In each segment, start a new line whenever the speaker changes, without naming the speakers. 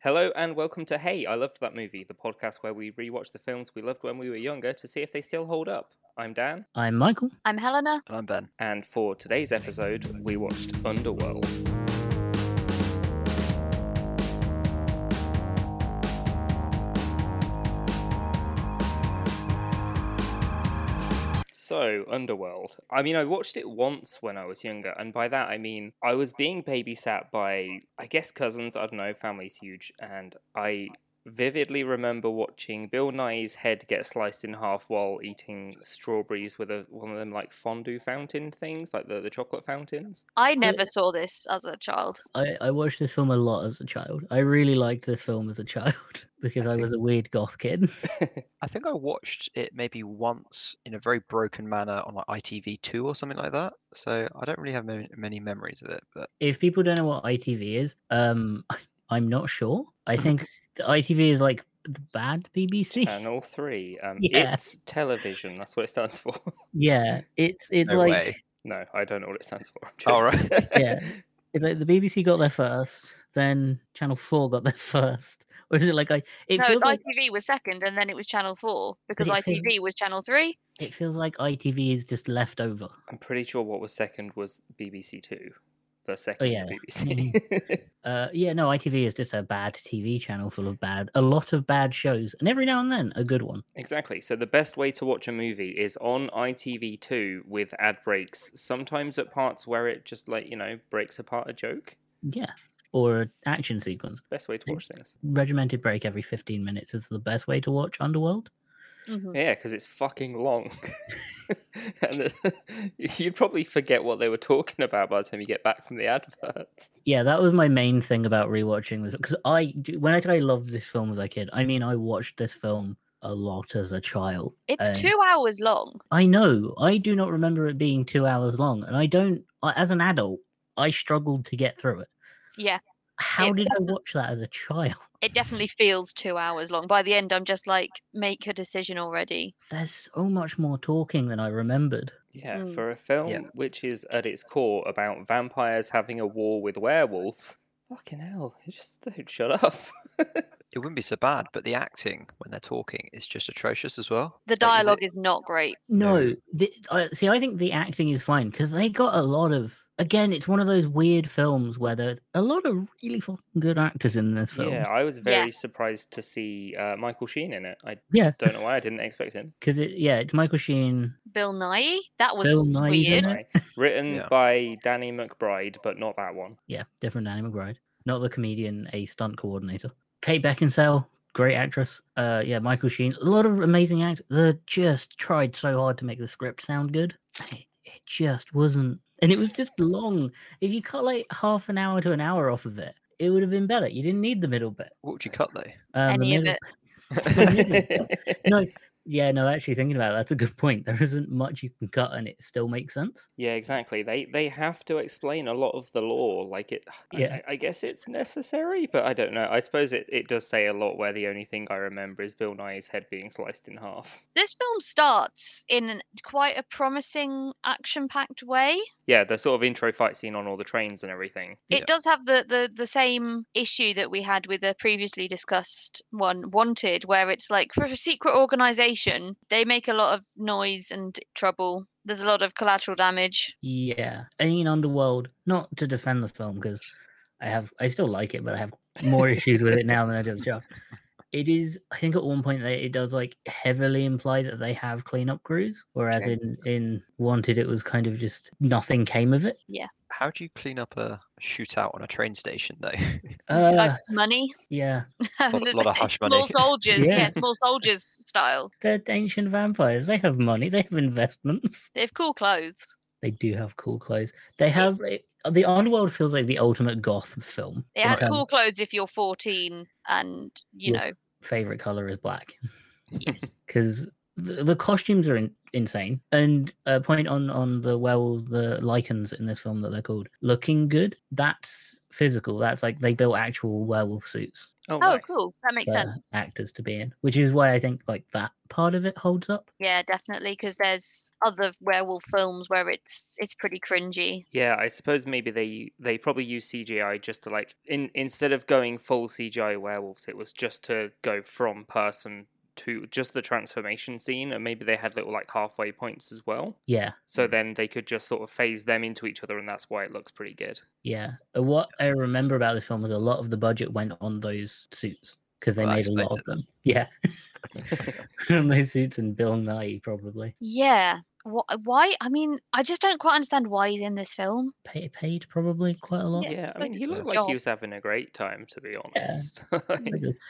Hello and welcome to Hey, I Loved That Movie, the podcast where we rewatch the films we loved when we were younger to see if they still hold up. I'm Dan,
I'm Michael.
I'm Helena.
And I'm Ben.
and for today's episode, we watched Underworld. So, Underworld. I mean, I watched it once when I was younger, and by that I mean I was being babysat by, I guess, cousins. I don't know, family's huge, and I vividly remember watching Bill Nye's head get sliced in half while eating strawberries with a, one of them like fondue fountain things, like the, the chocolate fountains.
I
So-
never saw this as a child.
I, I watched this film a lot as a child. I really liked this film as a child because I,
I
was a weird goth kid.
I think I watched it maybe once in a very broken manner on like ITV2 or something like that. So I don't really have many, many memories of it, but
If people don't know what ITV is, um, I'm not sure. I think the ITV is like the bad BBC.
Channel 3. Um,
Yeah.
It's television, that's what it stands for.
Yeah, it's it's
no
like
way.
no, I don't know what it stands for. I'm
All
joking.
Yeah. it's like the BBC got there first, then Channel Four got there first, or is it like I? It
no,
feels like
ITV was second, and then it was Channel Four because
it feels-
ITV was Channel Three.
it feels like ITV is just left over.
I'm pretty sure what was second was BBC Two, the second
Oh, yeah.
BBC.
Uh, yeah, no, ITV is just a bad TV channel full of bad, a lot of bad shows, and every now and then a good one.
exactly. So the best way to watch a movie is on ITV2 with ad breaks, sometimes at parts where it just like, you know, breaks apart a joke.
Yeah, or an action sequence.
Best way to watch things.
regimented break every 15 minutes is the best way to watch Underworld. Mm-hmm.
Yeah, because it's fucking long. and the- you'd probably forget what they were talking about by the time you get back from the adverts.
Yeah, that was my main thing about rewatching this because I, do- when I say I loved this film as a kid, I mean I watched this film a lot as a child.
It's
Um,
two hours long.
I know I do not remember it being two hours long, and I don't. I- As an adult, I struggled to get through it.
Yeah,
How
It
did I watch that as a child?
it definitely feels two hours long. By the end, I'm just like, make a decision already.
There's so much more talking than I remembered.
Yeah,
Mm.
for a film which is at its core about vampires having a war with werewolves. Fucking hell, you just don't shut up.
It wouldn't be so bad, but the acting when they're talking is just atrocious as well.
The
Like, is
dialogue
it-
is not great.
No, the, I see. I think the acting is fine because they got a lot of. Again, it's one of those weird films where there's a lot of really fucking good actors in this film.
Yeah,
Yeah,
I was
Yeah.
very surprised to see uh, Michael Sheen in it. I
yeah,
don't know why I didn't expect him.
because it yeah, it's Michael Sheen.
Bill Nye, that was
Bill Nye's in it.
weird.
Anyway, Written
Yeah.
by Danny McBride, but not that one.
Yeah, different Danny McBride, not the comedian, a stunt coordinator. Kate Beckinsale, great actress. Uh, yeah, Michael Sheen, a lot of amazing actors. They just tried so hard to make the script sound good. It, it just wasn't, and it was just long. If you cut like half an hour to an hour off of it, it would have been better. You didn't need the middle bit.
What would you cut though?
Um, the
Any of
middle-
it.
no, yeah, no. Actually, thinking about it, that's a good point. There isn't much you can cut, and it still makes sense.
yeah, exactly. They they have to explain a lot of the law. Like it, I-
Yeah.
I, I guess it's necessary, but I don't know. I suppose it, it does say a lot. Where the only thing I remember is Bill Nye's head being sliced in half.
This film starts in an- quite a promising, action-packed way.
Yeah, the sort of intro fight scene on all the trains and everything.
It
Yeah.
does have the, the the same issue that we had with a previously discussed one, Wanted, where it's like for a secret organization, they make a lot of noise and trouble. There's a lot of collateral damage.
Yeah, I mean, Underworld. Not to defend the film because I have, I still like it, but I have more issues with it now than I did the job. It is, I think, at one point that it does like heavily imply that they have cleanup crews, whereas
Okay.
in in Wanted, it was kind of just nothing came of it.
How do you clean up a shootout on a train station though?
It's
Uh,
like money.
yeah,
and
lot-
there's
lot of
like
hush
small
money.
soldiers,
Yeah.
yeah. small soldiers style.
they're ancient vampires. They have money. They have investments.
They have cool clothes.
They do have cool clothes. They have like, the Underworld feels like the ultimate goth film.
It
in
has
terms-
cool clothes if you're 14 and you
Your
know,
favorite color is black
yes.
because the, the costumes are in, insane. And a point on on the well the lichens in this film that they're called looking good. That's physical. That's like they built actual werewolf suits
Oh,
Oh,
nice.
cool. That makes
for
sense.
actors to be in, which is why I think like that part of it holds up.
Yeah, definitely. Because there's other werewolf films where it's it's pretty cringy.
Yeah, I suppose maybe they they probably use CGI just to like in instead of going full CGI werewolves, it was just to go from person to just the transformation scene, and maybe they had little like halfway points as well.
Yeah,
So then they could just sort of phase them into each other, and that's why it looks pretty good.
yeah. Uh, What I remember about this film was a lot of the budget went on those suits because they
Well, that
made a lot
explains
of
it then.
them. Yeah, on those suits and Bill Nye probably
Yeah. Wh- Why? I mean, I just don't quite understand why he's in this film.
Pay- paid probably quite a lot.
Yeah, I
like
mean,
a
he
good
looked like
job.
he was having a great time, to be honest.
Like, uh,
I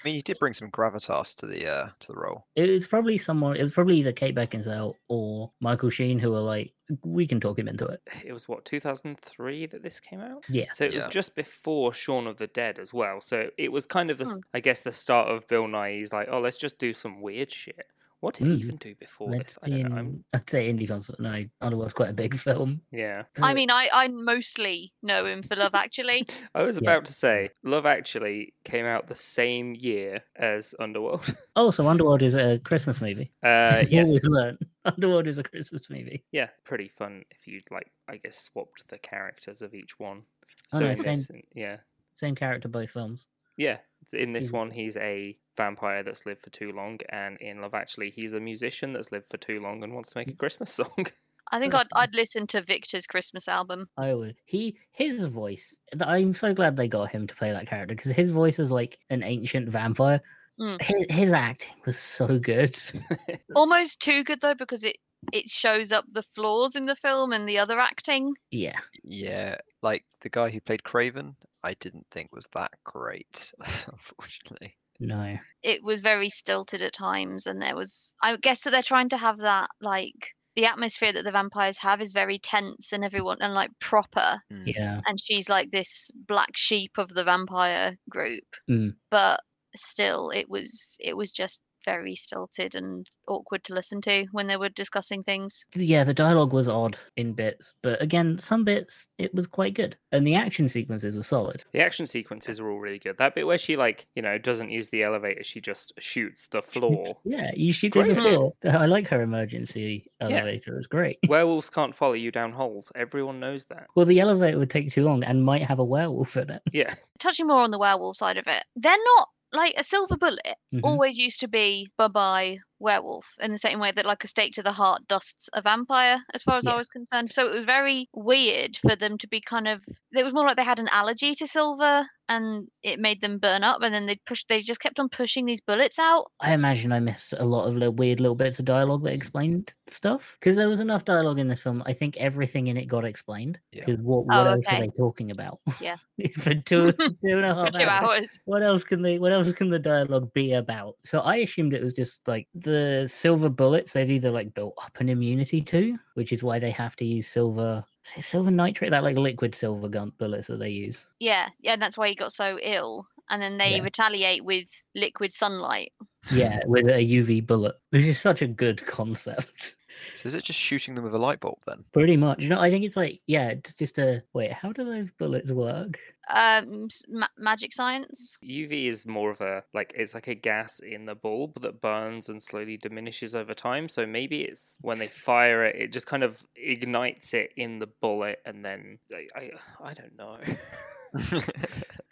mean, you did bring some gravitas to the uh, to the role.
It was probably someone. It was probably either Kate Beckinsale or Michael Sheen who were like, "We can talk him into it."
it was what 2003 that this came out.
Yeah,
So it was
Yeah.
just before Shaun of the Dead as well. So it was kind of the, s
Hmm.
I I guess, the start of Bill Nye's like, oh, let's just do some weird shit. What did he
Mm.
even do before
Let's
this? I don't know. I'm-
in- I'd say indie films, but no, Underworld's quite a big film.
yeah,
I
Uh,
mean, I I mostly know him for Love Actually.
I was
Yeah.
about to say Love Actually came out the same year as Underworld.
oh, so Underworld is a Christmas movie.
uh, yes,
Always learn. Underworld is a Christmas movie.
yeah, pretty fun if you'd like. I guess swapped the characters of each one.
Oh,
So
no,
in this,
same.
in- yeah,
Same character, both films.
yeah. In this
He's-
one, he's a vampire that's lived for too long, and in Love Actually, he's a musician that's lived for too long and wants to make
Mm.
a Christmas song.
I think I'd I'd listen to Victor's Christmas album.
I would. He his voice. th- I'm so glad they got him to play that character because his voice is like an ancient vampire.
Mm.
His, his acting was so good.
Almost too good though, because it it shows up the flaws in the film and the other acting.
yeah,
Yeah, like the guy who played Craven, I didn't think was that great, unfortunately.
no,
It was very stilted at times, and there was I guess that they're trying to have that like the atmosphere that the vampires have is very tense and everyone and like proper
Mm.
yeah.
and she's like this black sheep of the vampire group
Mm.
but still it was it was just very stilted and awkward to listen to when they were discussing things
yeah, the dialogue was odd in bits, but again, some bits it was quite good, and the action sequences were solid.
The action sequences are all really good. That bit where she like, you know, doesn't use the elevator, she just shoots the floor.
Yeah, you should go
Great.
before. I like her emergency elevator; it's great.
Werewolves can't follow you down holes. Everyone knows that.
Well, the elevator would take too long and might have a werewolf in it.
Yeah.
touching more on the werewolf side of it they're not like a silver bullet
Mhm.
always used to be bye bye werewolf in the same way that like a stake to the heart dusts a vampire as far as
Yeah.
i was concerned so it was very weird for them to be kind of it was more like they had an allergy to silver and it made them burn up and then they pushed they just kept on pushing these bullets out
I imagine I missed a lot of little, weird little bits of dialogue that explained stuff because there was enough dialogue in this film. I think everything in it got explained
Yeah.
because what, what
Oh,
else
okay.
are they talking about?
Yeah.
for two, two and a
for
half
two
hours.
hours
What else can they? What else can the dialogue be about? So I assumed it was just like the silver bullets. They've either like built up an immunity to, which is why they have to use silver. Is it silver nitrate? That like liquid silver gun bullets that they use.
yeah yeah and that's why he got so ill and then they
Yeah.
retaliate with liquid sunlight
Yeah, with a UV bullet, which is such a good concept.
So is it just shooting them with a light bulb then?
Pretty much. No, I think it's like yeah, it's just a wait. How do those bullets work?
um s- ma- magic science
UV is more of a like it's like a gas in the bulb that burns and slowly diminishes over time. So maybe it's when they fire it, it just kind of ignites it in the bullet, and then I I, I don't know.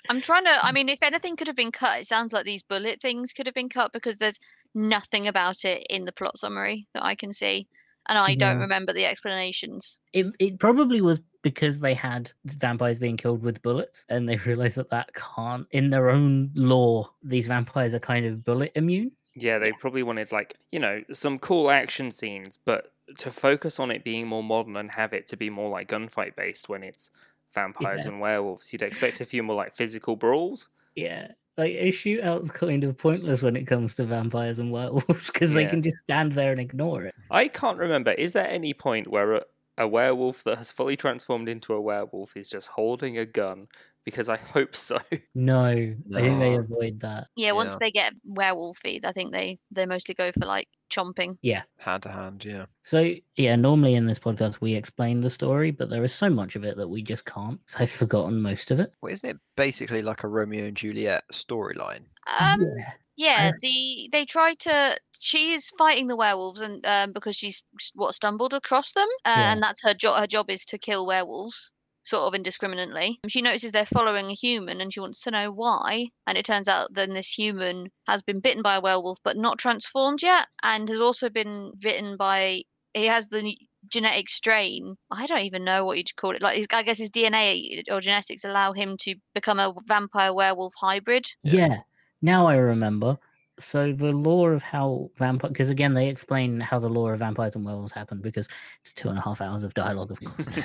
I'm trying to. I mean, if anything could have been cut, it sounds like these bullet things could have been cut because there's nothing about it in the plot summary that I can see, and I don't
Yeah.
remember the explanations.
It it probably was because they had vampires being killed with bullets, and they realized that that can't in their own law. These vampires are kind of bullet immune.
yeah, they probably wanted like you know some cool action scenes, but to focus on it being more modern and have it to be more like gunfight based when it's vampires
Yeah.
and werewolves, you'd expect a few more like physical brawls.
Yeah. Like a shootout's kind of pointless when it comes to vampires and werewolves because they
Yeah.
can just stand there and ignore it.
I can't remember. Is there any point where a, a werewolf that has fully transformed into a werewolf is just holding a gun because I hope so.
No, I think they
No.
avoid that.
Yeah, once
Yeah.
they get werewolfy, I think they they mostly go for like chomping.
Yeah.
Hand to hand, yeah.
So yeah, normally in this podcast we explain the story, but there is so much of it that we just can't. So I've forgotten most of it.
Well, isn't it basically like a Romeo and Juliet storyline?
Um,
yeah.
yeah, the they try to. She is fighting the werewolves, and um, because she's s- what stumbled across them, uh,
Yeah.
and that's her job. Her job is to kill werewolves, sort of indiscriminately. She notices they're following a human, and she wants to know why. And it turns out then this human has been bitten by a werewolf, but not transformed yet, and has also been bitten by. He has the n- genetic strain. I don't even know what you'd call it. Like, his- I guess his DNA or genetics allow him to become a vampire werewolf hybrid.
yeah. Now I remember. So the law of how vampire, because again they explain how the law of vampires and werewolves happened because it's two and a half hours of dialogue, of course.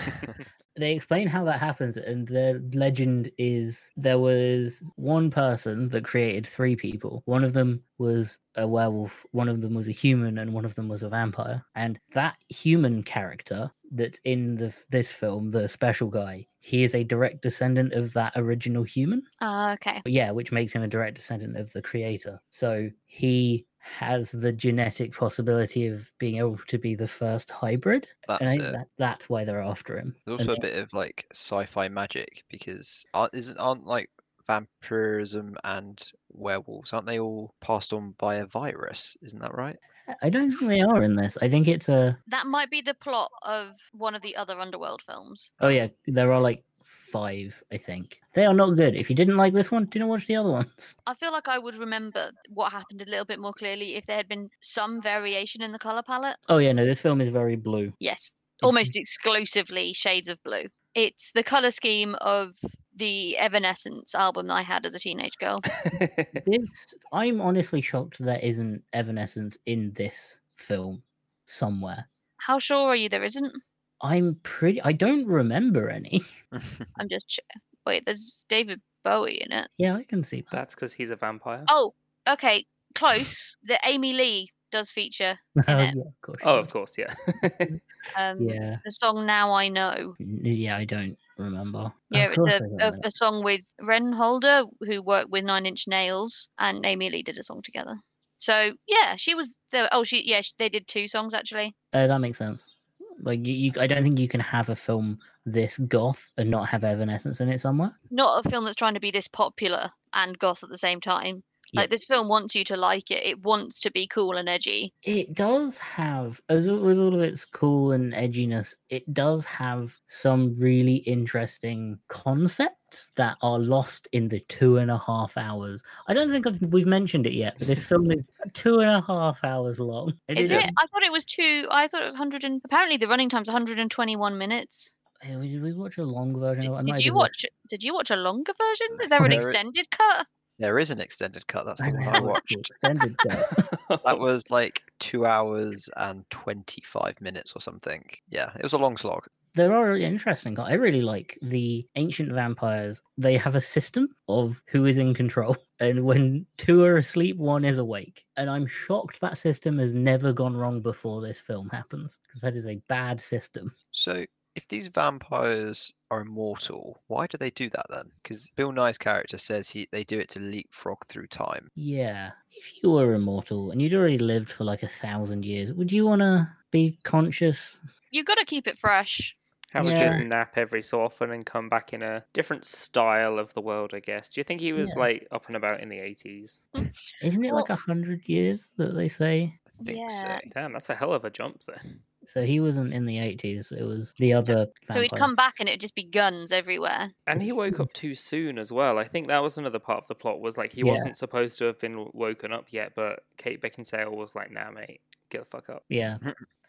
they explain how that happens and the legend is there was one person that created three people one of them was a werewolf one of them was a human and one of them was a vampire and that human character that's in the f- this film the special guy he is a direct descendant of that original human
Ah, okay.
yeah which makes him a direct descendant of the creator so he has the genetic possibility of being able to be the first hybrid and
That's
I
it.
think that, that's why they're after him
There's
And
also a bit of like sci-fi magic because aren't, isn't aren't like vampirism and werewolves aren't they all passed on by a virus? Isn't that right?
I don't think they are in this. I think it's a.
That might be the plot of one of the other Underworld films.
Oh yeah, there are like five. I think they are not good. If you didn't like this one, do not watch the other ones.
I feel like I would remember what happened a little bit more clearly if there had been some variation in the color palette.
Oh yeah, no, this film is very blue.
Yes, Mm-hmm.
It's-
almost exclusively shades of blue. It's the color scheme of the Evanescence album that I had as a teenage girl.
This I'm honestly shocked there isn't Evanescence in this film somewhere.
How sure are you there isn't?
I'm pretty. I don't remember any.
I'm just ch- wait. There's David Bowie in it.
Yeah, I can see that.
That's because he's a vampire.
Oh, okay, close. The Amy Lee does feature. in it.
yeah, of course.
Oh, of
she
course, yeah.
Um,
is. Yeah.
The song "Now I Know."
N- Yeah, I don't remember. Of
Yeah, it's
course I
a,
don't
a, a song with Ren Holder, who worked with Nine Inch Nails, and Amy Lee did a song together. So yeah, she was the oh she yeah sh they did two songs actually.
Uh, that makes sense. Like you, you, I don't think you can have a film this goth and not have Evanescence in it somewhere.
Not a film that's trying to be this popular and goth at the same time.
Yeah.
Like this film wants you to like it. It wants to be cool and edgy.
It does have, as all- with all of its cool and edginess, it does have some really interesting concepts that are lost in the two and a half hours. I don't think I've, we've mentioned it yet, but this film is two and a half hours long. It
Is
is.
it? I thought it was two. I thought it was hundred and apparently the running time's one hundred and twenty-one minutes.
Uh, Did we watch a long version? of it? I might
Did
have
you
watched-
watch? Did you watch a longer version? Is there an
There i-
extended cut?
there is an extended cut. That's
I
the one I
haven't watched the
watched.
extended cut.
That was like two hours and twenty-five minutes or something. Yeah, it was a long slog.
there are interesting. I really like the ancient vampires. They have a system of who is in control, and when two are asleep, one is awake. And I'm shocked that system has never gone wrong before this film happens because that is a bad system.
So, if these vampires are immortal, why do they do that then? Because Bill Nye's character says he they do it to leapfrog through time.
Yeah, if you were immortal and you'd already lived for like a thousand years, would you want to be conscious?
You've got to keep it fresh.
Have
Yeah.
a good nap every so often and come back in a different style of the world, I guess. Do you think he was
Yeah.
like up and about in the 80s?
Isn't it like
Well-
a hundred years that they say?
I think
Yeah.
so.
Damn, that's a hell of a jump then.
So he wasn't in the 80s. It was the other.
So he'd
vampire.
come back and it'd just be guns everywhere.
And he woke up too soon as well. I think that was another part of the plot was like he
Yeah.
wasn't supposed to have been w- woken up yet, but Kate Beckinsale was like, "Nah, mate, get the fuck up."
Yeah.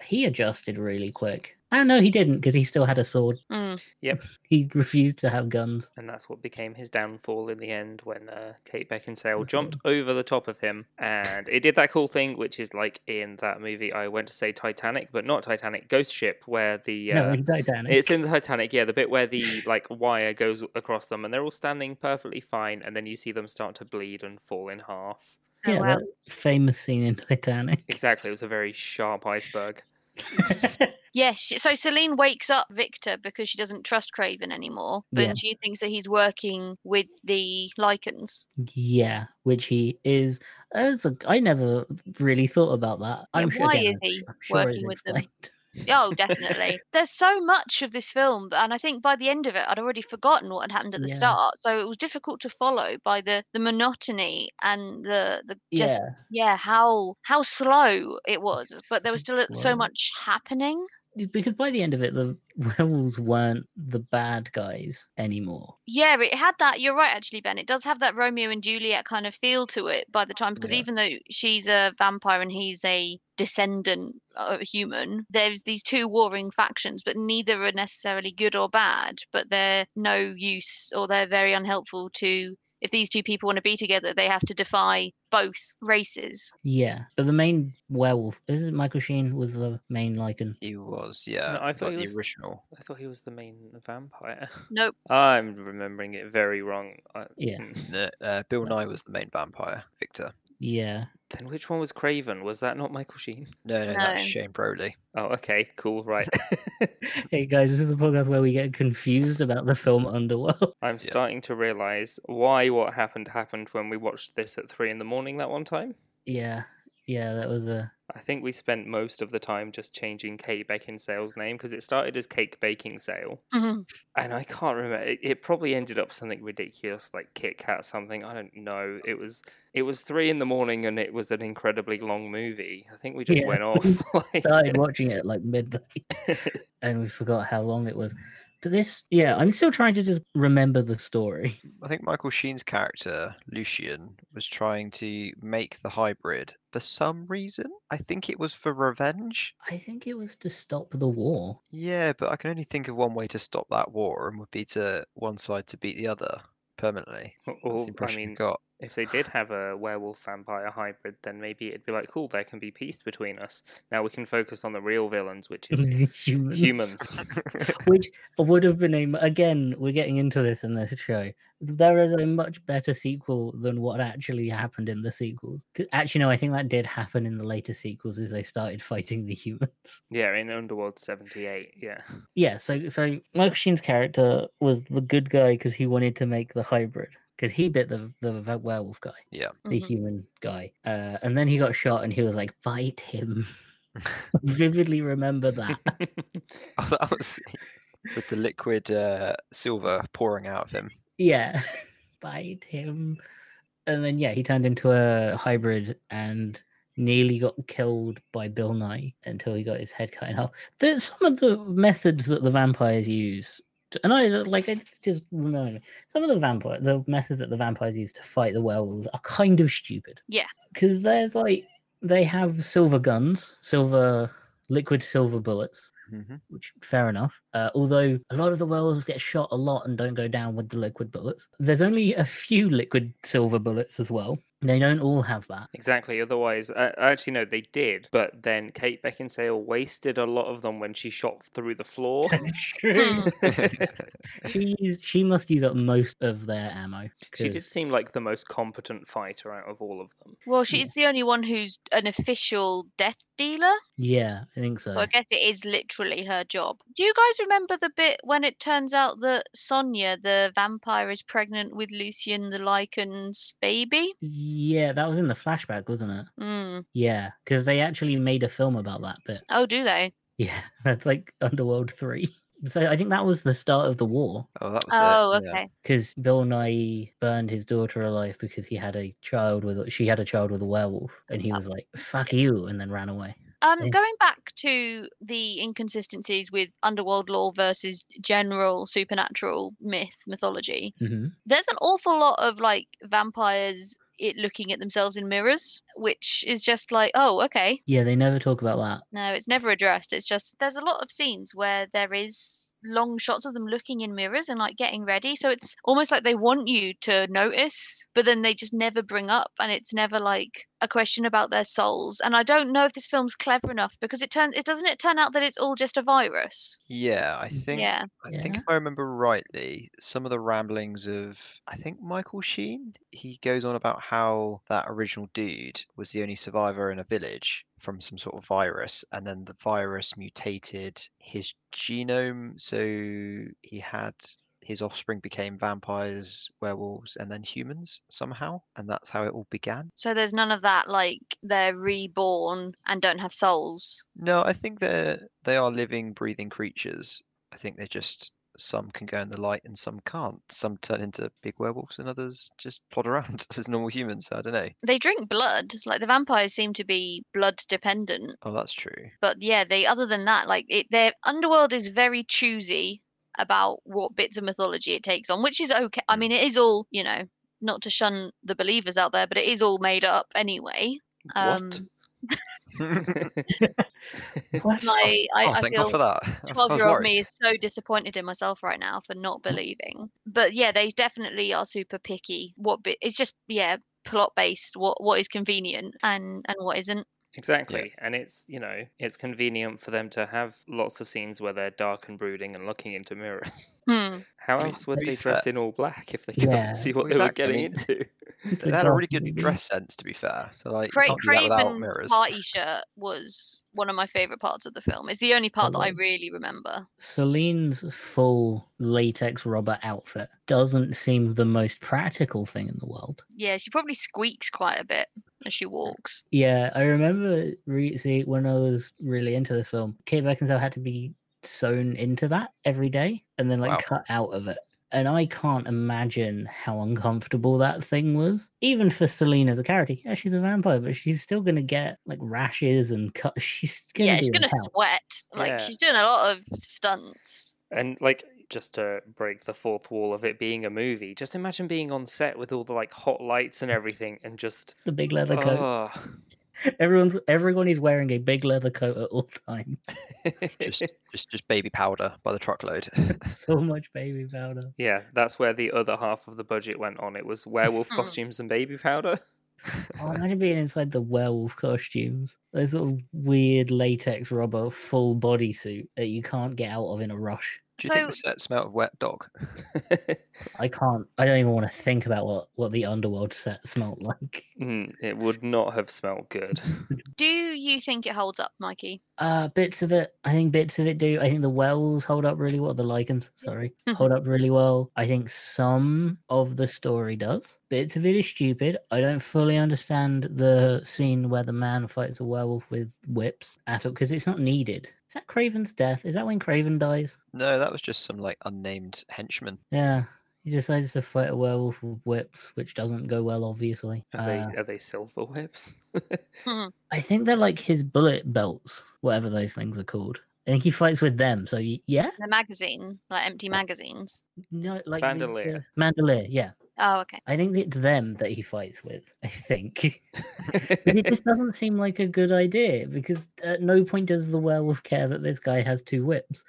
he adjusted really quick. Oh no, he didn't because he still had a sword.
Mm.
He refused to have guns.
And that's what became his downfall in the end when uh, Kate
Mm-hmm.
Beckinsale jumped over the top of him. And it did that cool thing, which is like in that movie, I went to say Titanic, but not Titanic, Ghost Ship, where the. Uh,
No, in Titanic.
It's in the Titanic, yeah, the bit where the like wire goes across them and they're all standing perfectly fine and then you see them start to bleed and fall in half.
Oh,
yeah,
wow.
that famous scene in Titanic.
Exactly, it was a very sharp iceberg.
Yes. she- So Celine wakes up Victor because she doesn't trust Craven anymore, but
Yeah.
she thinks that he's working with the Lycans.
Yeah, which he is. As a, I never really thought about that. I'm sure.
why
again,
is he
I'm sure it's
working with them?
explained.
Oh, definitely. There's so much of this film, and I think by the end of it, I'd already forgotten what had happened at the
Yeah.
start. So it was difficult to follow by the the monotony and the the just
yeah,
yeah, how how slow it was, but there was
so
still
slow.
so much happening.
because by the end of it, the werewolves weren't the bad guys anymore.
Yeah, it had that. You're right, actually, Ben. It does have that Romeo and Juliet kind of feel to it by the time, because
Yeah.
even though she's a vampire and he's a descendant of a human, there's these two warring factions, but neither are necessarily good or bad, but they're no use or they're very unhelpful to. If these two people want to be together, they have to defy both races.
Yeah, but the main werewolf is it Michael Sheen was the main Lycan.
He was, yeah.
I thought
like
he
the
was-
original.
I thought he was the main vampire.
Nope.
I'm remembering it very wrong. I-
Yeah.
hmm.
No, uh, Bill Nye was the main vampire, Victor.
Yeah,
Then which one was Craven? Was that not Michael Sheen?
No, no, that's
No.
Shane Broley.
Oh, okay, cool, right.
hey guys, this is a podcast where we get confused about the film Underworld.
I'm starting to realize why what happened happened when we watched this at three in the morning that one time.
yeah, yeah, that was a
I think we spent most of the time just changing Kate Beckinsale's name because it started as Cake Baking Sale,
Mhm.
and I can't remember. It, it probably ended up something ridiculous like Kit Kat something. I don't know. It was it was three in the morning, and it was an incredibly long movie. I think we just
Yeah,
went
we
off. like-
started watching it at like midnight. and we forgot how long it was. But this, yeah, I'm still trying to just remember the story.
I think Michael Sheen's character, Lucian, was trying to make the hybrid for some reason. I think it was for revenge.
I think it was to stop the war.
Yeah, but I can only think of one way to stop that war, and would be to one side to beat the other permanently. That's
Or,
the
I
impression I
mean,
got.
if they did have a werewolf vampire hybrid, then maybe it'd be like, cool, there can be peace between us. Now we can focus on the real villains, which is
Human.
humans.
Which would have been a, m- again, we're getting into this in this show. There is a much better sequel than what actually happened in the sequels. 'Cause- Actually, no, I think that did happen in the later sequels as they started fighting the humans.
yeah, in Underworld 78. Yeah.
Yeah, so so Michael Sheen's character was the good guy because he wanted to make the hybrid because he bit the the ve- werewolf guy. the
Mhm.
human guy. Uh, and then he got shot and he was like, bite him. Vividly remember that.
Oh, that was with the liquid uh, silver pouring out of him.
yeah. bite him. And then, yeah, he turned into a hybrid and nearly got killed by Bill Nye until he got his head cut in half. There's some of the methods that the vampires use. t- And I like, I just remember some of the vampire, the methods that the vampires use to fight the werewolves are kind of stupid.
Yeah.
Because there's like, they have silver guns, silver, liquid silver bullets.
hmm
which fair enough. Uh, although a lot of the werewolves get shot a lot and don't go down with the liquid bullets. There's only a few liquid silver bullets as well. They don't all have that.
Exactly. Otherwise, uh, actually, no, they did. But then Kate Beckinsale wasted a lot of them when she shot through the floor.
true.
Mm.
she used- she must use up most of their ammo.
she did
'cause-
seem like the most competent fighter out of all of them.
Well, she's the only one who's an official death dealer.
Yeah, I think so.
So I guess it is literally her job. Do you guys remember the bit when it turns out that Sonia, the vampire, is pregnant with Lucian the Lycan's baby?
Yeah, that was in the flashback, wasn't it?
Mm.
Yeah, because they actually made a film about that bit.
Oh, do they?
Yeah, that's like Underworld Three. So I think that was the start of the war.
Oh, that was
oh,
it. yeah.
okay.
because Bill Nye burned his daughter alive because he had a child with she had a child with a werewolf, and
Ah.
he was like "fuck you" and then ran away.
Um,
Mm.
Yeah.
going back to the inconsistencies with underworld law versus general supernatural myth mythology,
Mm-hmm.
hmm
there's an awful lot of like vampires it looking at themselves in mirrors, which is just like, oh, okay,
Yeah, they never talk about that.
No, it's never addressed. It's just there's a lot of scenes where there is long shots of them looking in mirrors and like getting ready. So it's almost like they want you to notice, but then they just never bring up and it's never like a question about their souls, and I don't know if this film's clever enough because it turns it doesn't it turn out that it's all just a virus.
Yeah, I think
yeah,
I think
Yeah.
if I remember rightly, some of the ramblings of I think Michael Sheen, he goes on about how that original dude was the only survivor in a village from some sort of virus, and then the virus mutated his genome, so he had his offspring became vampires, werewolves, and then humans somehow, and that's how it all began.
so there's none of that like they're reborn and don't have souls.
No, I think they're they are living, breathing creatures. I think they're just some can go in the light and some can't. Some turn into big werewolves and others just plod around as normal humans. I don't know.
They drink blood. Like the vampires seem to be blood dependent.
Oh, that's true.
but yeah they other than that like it, their underworld is very choosy about what bits of mythology it takes on which is okay i
Mm.
mean it is all you know not to shun the believers out there but it is all made up anyway um
What?
What?
I, I,
oh,
I
thank
feel
God for that. I was
12 year old me
worried. Mm.
is so disappointed in myself right now for not believing but yeah they definitely are super picky what bit it's just yeah plot based what what is convenient and and what isn't
Exactly. And it's, you know, it's convenient for them to have lots of scenes where they're dark and brooding and looking into mirrors.
hmm.
How
I mean,
else would
to be
they dress
fair-
in all black if they couldn't
Yeah.
see what
Well,
they were
exactly, I
getting
mean-
into?
It's
They had a
dark
really good
movie.
dress sense, to be fair. So like, you
Cra-
can't do that without
Craven's
mirrors.
party shirt was one of my favorite parts of the film. It's the only part that I
Um
Totally.
really remember.
Celine's full latex rubber outfit doesn't seem the most practical thing in the world.
Yeah, she probably squeaks quite a bit as she walks.
Yeah, I remember re- see when I was really into this film, Kate Beckinsale had to be sewn into that every day and then like
Wow.
cut out of it. And I can't imagine how uncomfortable that thing was. Even for Celine as a character, yeah, she's a vampire, but she's still gonna get like rashes and cut. She's gonna
yeah,
be
she's gonna
repelled.
sweat. Like
Yeah.
she's doing a lot of stunts.
And like just to break the fourth wall of it being a movie, just imagine being on set with all the like hot lights and everything and just
the big leather coat.
oh.
Everyone's everyone is wearing a big leather coat at all times.
Just, just, just baby powder by the truckload.
so much baby powder.
Yeah, that's where the other half of the budget went on. It was werewolf
Hmm.
costumes and baby powder.
Oh, imagine being inside the werewolf costumes. Those sort of weird latex rubber full bodysuit that you can't get out of in a rush.
do you think the
So-
set smelled of wet dog?
I can't. I don't even want to think about what what the underworld set smelt like.
Mm, it would not have smelled good.
Do you think it holds up, Mikey?
Uh, bits of it. I think bits of it do. I think the wells hold up really well. The lichens, sorry,
Mhm.
hold up really well. I think some of the story does. Bits of it is stupid. I don't fully understand the scene where the man fights a werewolf with whips at all because it's not needed. Is that Craven's death? Is that when Craven dies?
No, that was just some like unnamed henchman.
Yeah. He decides to fight a werewolf with whips, which doesn't go well, obviously.
Are they
Uh,
are they silver whips?
I think they're like his bullet belts, whatever those things are called. I think he fights with them. So y- yeah,
The magazine, like empty magazines.
no, like the-
Bandolier.
the- mandolier. Yeah,
Oh, okay.
I think it's them that he fights with. I think, but it just doesn't seem like a good idea because at no point does the werewolf care that this guy has two whips.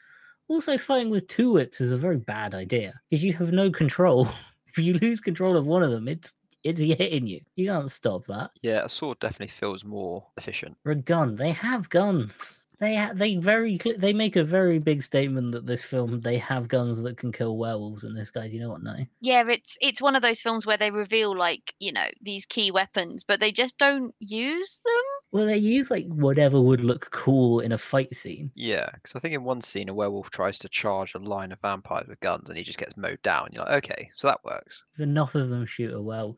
Also, fighting with two whips is a very bad idea because you have no control. if you lose control of one of them, it's it's hitting you. You can't stop that.
Yeah, a sword definitely feels more efficient.
or a gun. They have guns. They ha- they very cl- they make a very big statement that this film they have guns that can kill werewolves and this guy's you know what no
Yeah, it's it's one of those films where they reveal like you know these key weapons, but they just don't use them.
well they use like whatever would look cool in a fight scene
Yeah, because I think in one scene a werewolf tries to charge a line of vampires with guns and he just gets mowed down. You're like, okay, so that works.
if enough of them shoot a well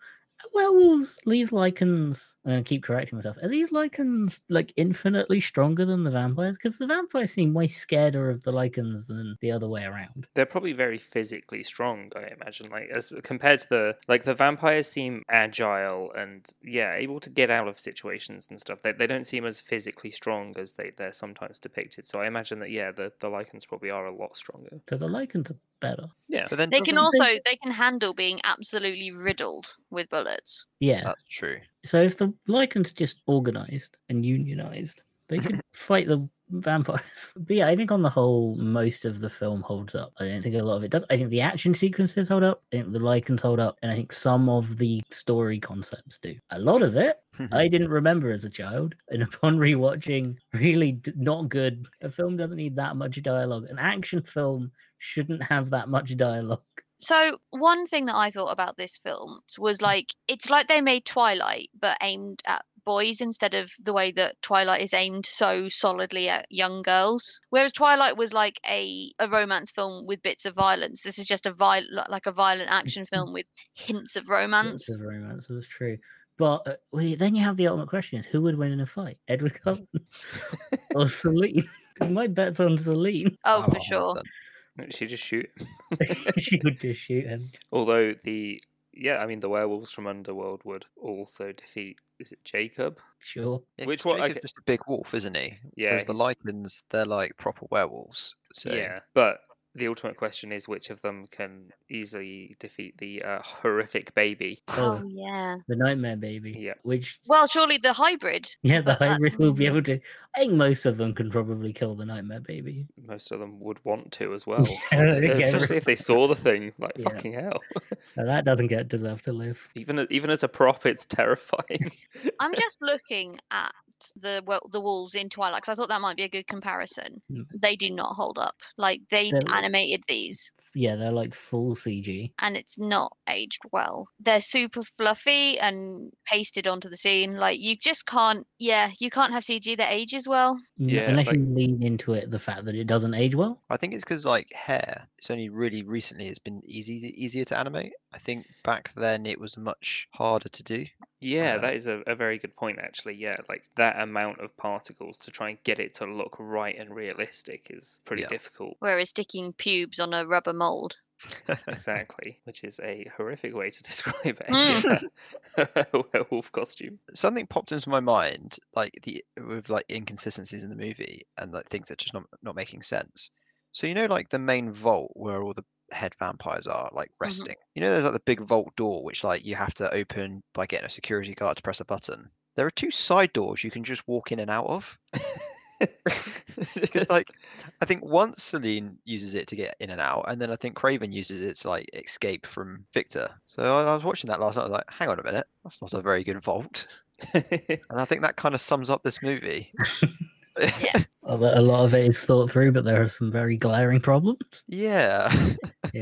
werewolves these lichens I'm gonna keep correcting myself are these lichens like infinitely stronger than the vampires because the vampires seem way scareder of the lichens than the other way around
They're probably very physically strong, I imagine. Like as compared to the like the vampires seem agile and yeah, able to get out of situations and stuff. They, they don't seem as physically strong as they, they're sometimes depicted. So I imagine that yeah, the, the lichens probably are a lot stronger.
so the lichens are better
Yeah.
So then
They can
doesn't-
also they can handle being absolutely riddled with bullets.
yeah
That's true.
So if the lichens just organized and unionized, They could fight the vampires. But yeah, I think on the whole, most of the film holds up. I don't think a lot of it does. I think the action sequences hold up. I think the lichens hold up, and I think some of the story concepts do. A lot of it
Oh,
I didn't remember as a child, and upon rewatching, really d- not good. A film doesn't need that much dialogue. An action film shouldn't have that much dialogue.
So one thing that I thought about this film was like it's like they made Twilight but aimed at boys instead of the way that Twilight is aimed so solidly at young girls. Whereas Twilight was like a, a romance film with bits of violence. This is just a viol- like a violent action film with hints of romance.
Lots of romance, that's true. But uh, we, then you have the ultimate question: is who would win in a fight, Edward Cullen or Celine? 'Cause My bet's on Celine.
Oh, for
a hundred
sure.
percent.
She just shoot.
she would just shoot him.
Although the yeah, I mean the werewolves from Underworld would also defeat. Is it Jacob?
Sure.
Yeah,
Which
'cause
one-
Jacob's
okay.
just a big wolf, isn't he?
Yeah,
Whereas the
he's-
lichens, they're like proper werewolves. So
Yeah, but the ultimate question is which of them can easily defeat the uh, horrific baby.
Oh
Oh,
yeah.
the nightmare baby.
Yeah.
Which
Well, surely the hybrid.
yeah, the
But that-
hybrid will be able to. I think most of them can probably kill the nightmare baby.
Most of them would want to as Oh, well,
Yeah, I think
especially if they saw the thing. Like
Yeah.
fucking hell!
Now, that doesn't get deserved to live.
Even even as a prop, it's terrifying.
I'm just looking at the well, the wolves in Twilight 'cause I thought that might be a good comparison.
Mm.
They do not hold up. Like they
They're-
animated these,
Yeah, they're like full CG.
and it's not aged well. They're super fluffy and pasted onto the scene. Like you just can't. Yeah, you can't have CG that ages well.
N-
Yeah,
unless
like-
you lean into it, the fact that it doesn't age well.
I think it's because like hair, it's only really recently it's been easy easier to animate. I think back then it was much harder to do.
Yeah,
Uh,
that is a, a very good point, actually. Yeah, like that amount of particles to try and get it to look right and realistic is pretty
Yeah.
difficult.
Whereas sticking pubes on a rubber mold.
Exactly, which is a horrific way to describe
Mm.
a werewolf costume.
Something popped into my mind, like the with like inconsistencies in the movie and like things that just not not making sense. So you know, like the main vault where all the head vampires are like resting. You know, there's like the big vault door which like you have to open by getting a security guard to press a button. There are two side doors you can just walk in and out of.
Just
like- I think once Celine uses it to get in and out, and then I think Craven uses it to like escape from Victor. So I, I was watching that last night. I was like, "Hang on a minute, that's not a very good vault." And I think that kind of sums up this movie. yeah.
Although a lot of it is thought through, but there are some very glaring problems. Yeah.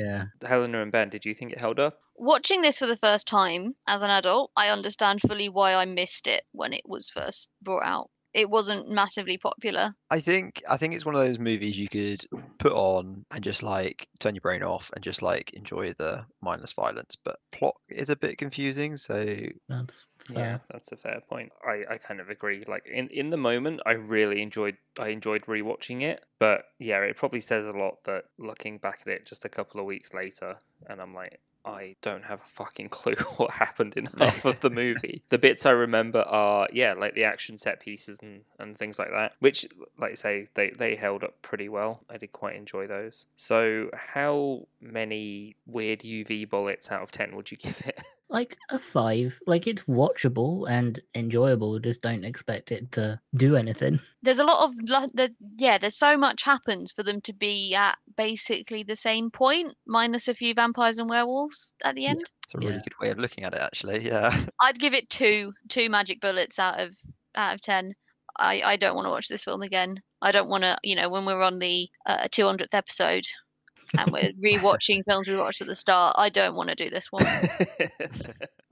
Helena and Ben, did you think it held up?
Watching this for the first time as an adult, I understand fully why I missed it when it was first brought out. It wasn't massively popular.
I think I think it's one of those movies you could put on and just like turn your brain off and just like enjoy the mindless violence. But plot is a bit confusing, so
That's
Yeah,
fair.
that's a fair point. I, I kind of agree. Like in, in the moment, I really enjoyed I enjoyed rewatching it, but yeah, it probably says a lot that looking back at it just a couple of weeks later, and I'm like, I don't have a fucking clue what happened in half of the movie. the bits I remember are yeah, like the action set pieces and and things like that, which like I say they they held up pretty well. I did quite enjoy those. So, how many weird UV bullets out of ten would you give it?
Like a five. Like it's watchable and enjoyable. Just don't expect it to do anything.
there's a lot of lo- there, yeah there's so much happens for them to be at basically the same point minus a few vampires and werewolves at the
Yeah.
end
it's a really
Yeah.
good way of looking at it. Actually, yeah.
i'd give it two two magic bullets out of out of ten i i don't want to watch this film again i don't want to you know when we're on the uh, 200th episode and we're rewatching films we watched at the start i don't want to do this one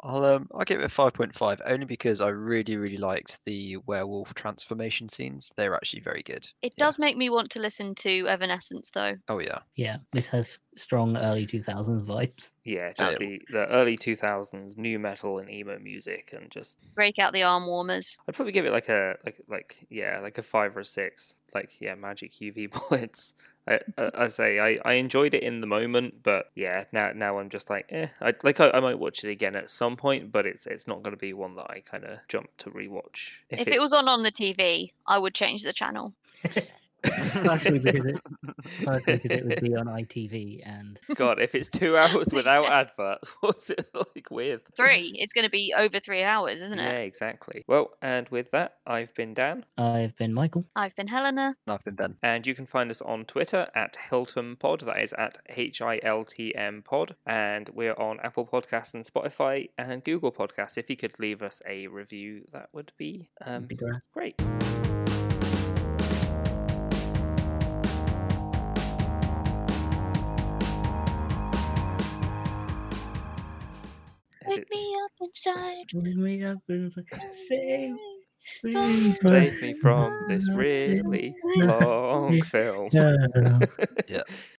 I'll um I'll give it a five point five only because I really really liked the werewolf transformation scenes. They were actually very good.
it
Yeah.
does make me want to listen to evanescence though
Oh yeah,
Yeah. This has strong early 2000s vibes.
Yeah, just
Yeah.
the, the early 2000s new metal and emo music and just
break out the arm warmers
I'd probably give it like a like like yeah, like a 5 or 6. Like yeah, magic UV bullets. I, I, I say I, I enjoyed it in the moment, but yeah, now now I'm just like eh, I like I, I might watch it again at some point, but it's it's not going to be one that I kind of jump to rewatch.
if it was on on the tv i would change the channel
Partially because it, partially because it would be on ITV and
God, if it's two hours without adverts, what's it like with?
Three. It's going to be over three hours, isn't
yeah,
it?
exactly. Well, and with that, I've been Dan,
I've been Michael.
I've been Helena.
And I've been Ben.
and you can find us on Twitter at Hilton Pod. That is at H I L T M Pod, and we're on Apple Podcasts and Spotify and Google Podcasts. If you could leave us a review, that would be um,
Be great.
great.
Wake
Edit.
me up inside.
Bring me up and it's like, save,
Save
Save me from this really
Yeah.
long film.
Yeah.
Yeah.